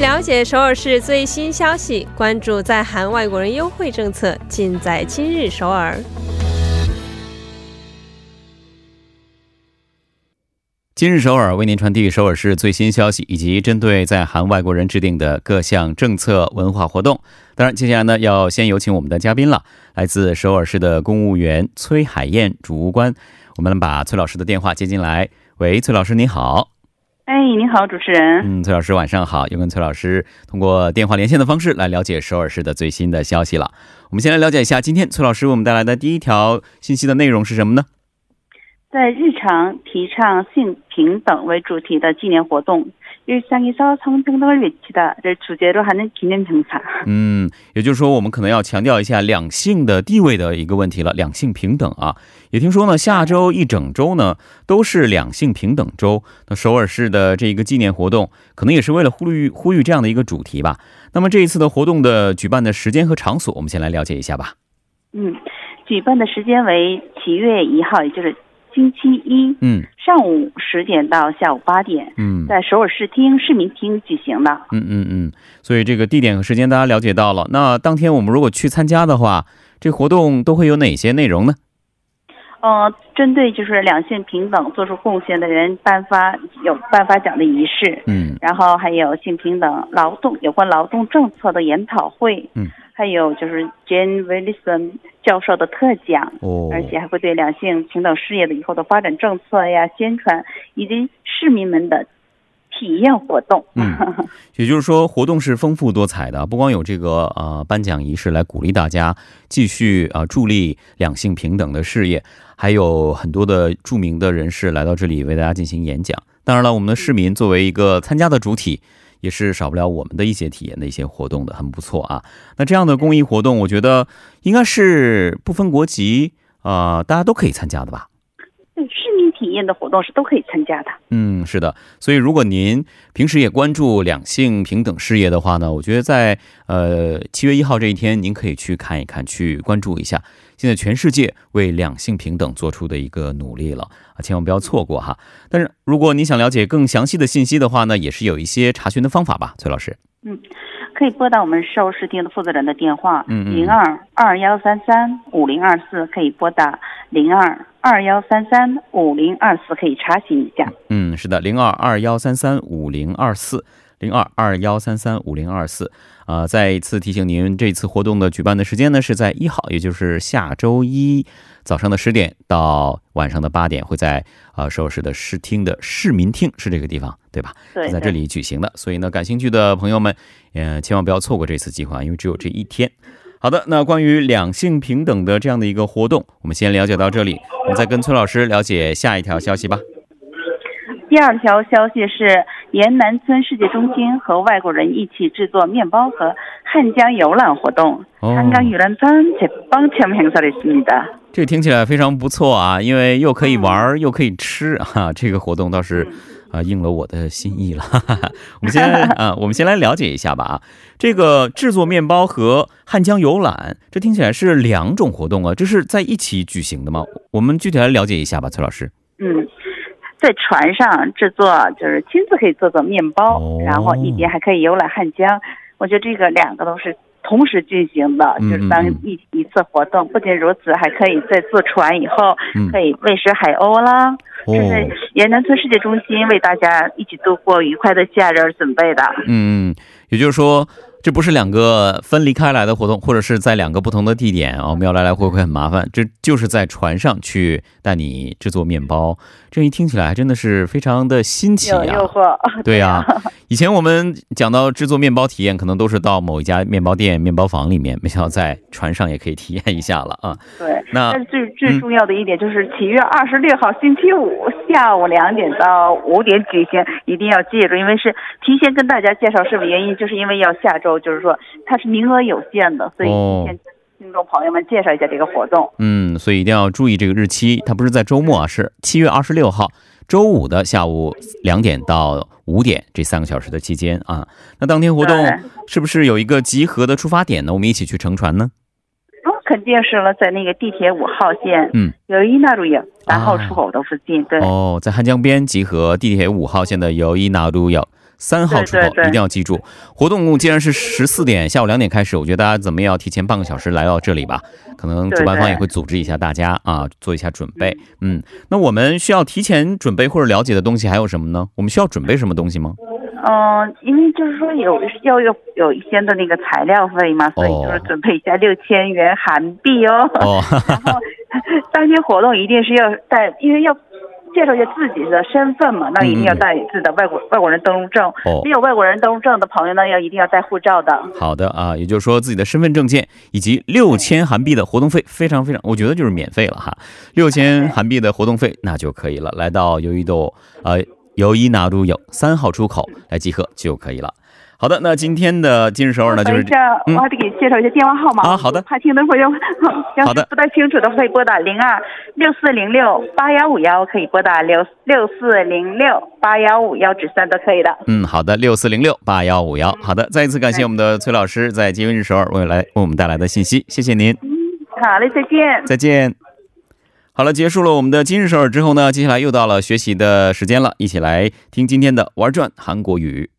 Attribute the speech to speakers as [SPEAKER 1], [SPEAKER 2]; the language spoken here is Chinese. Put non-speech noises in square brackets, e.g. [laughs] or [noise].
[SPEAKER 1] 了解首尔市最新消息，关注在韩外国人优惠政策，尽在今日首尔。
[SPEAKER 2] 今日首尔为您传递首尔市最新消息，以及针对在韩外国人制定的各项政策、文化活动。当然，接下来呢，要先有请我们的嘉宾了，来自首尔市的公务员崔海燕主官。我们把崔老师的电话接进来。喂，崔老师，你好。
[SPEAKER 3] 哎，你好，主持人。
[SPEAKER 2] 嗯，崔老师晚上好。又跟崔老师通过电话连线的方式来了解首尔市的最新的消息了。我们先来了解一下今天崔老师为我们带来的第一条信息的内容是什么呢？
[SPEAKER 3] 在日常提倡性平等为主题的纪念活动일상에서 성평등을 외치다를 주제로 하는 기념 행사.
[SPEAKER 2] 嗯，也就是说，我们可能要强调一下两性的地位的一个问题了，两性平等啊。也听说呢，下周一整周呢都是两性平等周。那首尔市的这一个纪念活动，可能也是为了呼吁呼吁这样的一个主题吧。那么这一次的活动的举办的时间和场所，我们先来了解一下吧。
[SPEAKER 3] 嗯，举办的时间为七月一号，也就是星期一
[SPEAKER 2] 嗯
[SPEAKER 3] 上午十点到下午八点，
[SPEAKER 2] 嗯
[SPEAKER 3] 在首尔市厅市民厅举行的。
[SPEAKER 2] 嗯嗯嗯。所以这个地点和时间大家了解到了。那当天我们如果去参加的话，这活动都会有哪些内容呢？
[SPEAKER 3] 呃，针对就是两性平等做出贡献的人颁发有颁发奖的仪式，
[SPEAKER 2] 嗯
[SPEAKER 3] 然后还有性平等劳动有关劳动政策的研讨会，
[SPEAKER 2] 嗯，
[SPEAKER 3] 还有就是 Jane Wilson 教授的特讲，
[SPEAKER 2] 哦
[SPEAKER 3] 而且还会对两性平等事业的以后的发展政策呀宣传，以及市民们的体验活动。
[SPEAKER 2] 嗯 [laughs] 也就是说，活动是丰富多彩的，不光有这个呃颁奖仪式来鼓励大家继续啊、呃助力两性平等的事业，还有很多的著名的人士来到这里为大家进行演讲。当然了，我们的市民作为一个参加的主体，也是少不了我们的一些体验的一些活动的，很不错啊。那这样的公益活动，我觉得应该是不分国籍啊、呃大家都可以参加的吧。
[SPEAKER 3] 对市民体验的活动是都可以参加的。
[SPEAKER 2] 嗯，是的，所以如果您平时也关注两性平等事业的话呢，我觉得在呃七月一号这一天，您可以去看一看，去关注一下。现在全世界为两性平等做出的一个努力了啊，千万不要错过哈。但是如果你想了解更详细的信息的话呢，也是有一些查询的方法吧，崔老师。
[SPEAKER 3] 可以拨打我们首尔市厅的负责人的电话，
[SPEAKER 2] 嗯嗯
[SPEAKER 3] 零二二幺三三五零二四，可以拨打零二二幺三三五零二四，可以查询一下。
[SPEAKER 2] 嗯，是的，零二二幺三三五零二四。零二二幺三三五零二四，啊，再一次提醒您，这次活动的举办的时间呢是在一号，也就是下周一早上的十点到晚上的八点，会在啊首尔市的市厅的市民厅是这个地方，对吧？
[SPEAKER 3] 对，
[SPEAKER 2] 在这里举行的。所以呢，感兴趣的朋友们，呃，千万不要错过这次计划，因为只有这一天。好的，那关于两性平等的这样的一个活动，我们先了解到这里，我们再跟崔老师了解下一条消息吧。
[SPEAKER 3] 对。第二条消息是，沿南村世界中心和外国人一起制作面包和汉江游览活动。
[SPEAKER 2] 哦
[SPEAKER 3] 汉江游览团제빵체험행사를했습니다
[SPEAKER 2] 这听起来非常不错啊，因为又可以玩
[SPEAKER 3] 嗯
[SPEAKER 2] 儿，又可以吃啊， [laughs] 这个活动倒是啊、应了我的心
[SPEAKER 3] [laughs]
[SPEAKER 2] 意了。哈哈哈。我们先啊，我们先来了解一下吧啊，这个制作面包和汉江游览，这听起来是两种活动啊，这是在一起举行的吗？我们具体来了解一下吧，崔老师。
[SPEAKER 3] 嗯，在船上制作，就是亲自可以做做面包，
[SPEAKER 2] 哦
[SPEAKER 3] 然后一边还可以游览汉江。我觉得这个两个都是同时进行的，
[SPEAKER 2] 嗯
[SPEAKER 3] 就是当
[SPEAKER 2] 嗯嗯
[SPEAKER 3] 一一次活动。不仅如此，还可以在坐船以后，
[SPEAKER 2] 嗯
[SPEAKER 3] 可以喂食海鸥啦。
[SPEAKER 2] 哦
[SPEAKER 3] 这是沿南村世界中心为大家一起度过愉快的夏日而准备的。
[SPEAKER 2] 嗯，也就是说，这不是两个分离开来的活动，或者是在两个不同的地点啊，我们要来来回回很麻烦。这就是在船上去带你制作面包，这一听起来真的是非常的新奇
[SPEAKER 3] 有
[SPEAKER 2] 啊
[SPEAKER 3] 诱。惑，
[SPEAKER 2] 对呀、以前我们讲到制作面包体验，可能都是到某一家面包店、面包房里面，没想到在船上也可以体验一下了啊。嗯
[SPEAKER 3] 对。
[SPEAKER 2] 那
[SPEAKER 3] 但是最最重要的一点就是，七月二十六号星期五下午两点到五点举行，一定要记住，因为是提前跟大家介绍是不原因，就是因为要下周，就是说它是名额有限的，所以
[SPEAKER 2] 哦
[SPEAKER 3] 提前听众朋友们介绍一下这个活动。
[SPEAKER 2] 嗯，所以一定要注意这个日期，它不是在周末啊，是七月二十六号周五的下午两点到五点这三个小时的期间啊。那当天活动
[SPEAKER 3] 对
[SPEAKER 2] 是不是有一个集合的出发点呢？我们一起去乘船呢？
[SPEAKER 3] 哦，肯定是了，在那个地铁五号线，
[SPEAKER 2] 嗯，
[SPEAKER 3] 有一纳入营
[SPEAKER 2] 啊
[SPEAKER 3] 南号出口的附近，对，
[SPEAKER 2] 哦哦，在汉江边集合，地铁五号线的由伊纳路有三号出
[SPEAKER 3] 对
[SPEAKER 2] 口
[SPEAKER 3] 对对
[SPEAKER 2] 一定要记住。活动既然是十四点，下午两点开始，我觉得大家怎么也要提前半个小时来到这里吧。可能主办方也会组织一下大家啊，做一下准备。嗯，那我们需要提前准备或者了解的东西还有什么呢？我们需要准备什么东西
[SPEAKER 3] [laughs]
[SPEAKER 2] 吗？
[SPEAKER 3] 嗯，因为就是说有要有有一些的那个材料费嘛，所以就是
[SPEAKER 2] 哦
[SPEAKER 3] 准备一下六千元韩币哦。
[SPEAKER 2] 哦，
[SPEAKER 3] [laughs] 当天活动一定是要带，因为要介绍一下自己的身份嘛，那一定要带自己的外国、外国人登陆证。
[SPEAKER 2] 嗯哦
[SPEAKER 3] 没有外国人登陆证的朋友呢，要一定要带护照的。
[SPEAKER 2] 好的啊，也就是说自己的身份证件以及六千韩币的活动费，非常非常，我觉得就是免费了哈，六千韩币的活动费那就可以了，来到由一斗呃由一拿路有三号出口来集合就可以了。好的，那今天的今日首尔呢就
[SPEAKER 3] 等
[SPEAKER 2] 是
[SPEAKER 3] 一下，
[SPEAKER 2] 嗯
[SPEAKER 3] 我还得给你介绍一下电话号码
[SPEAKER 2] 啊好的
[SPEAKER 3] 怕听的朋友 [laughs] 要
[SPEAKER 2] 好的
[SPEAKER 3] 是不太清楚的可以拨打零二六四零六八幺五幺，可以拨打六六四零六八幺五幺至三都可以的。
[SPEAKER 2] 嗯好的六四零六八幺五幺，好的，再一次感谢我们的崔老师在今日首尔为来为我们带来的信息，谢谢您。
[SPEAKER 3] 好嘞，再见。
[SPEAKER 2] 再见。好了，结束了我们的今日首尔之后呢，接下来又到了学习的时间了，一起来听今天的玩转韩国语。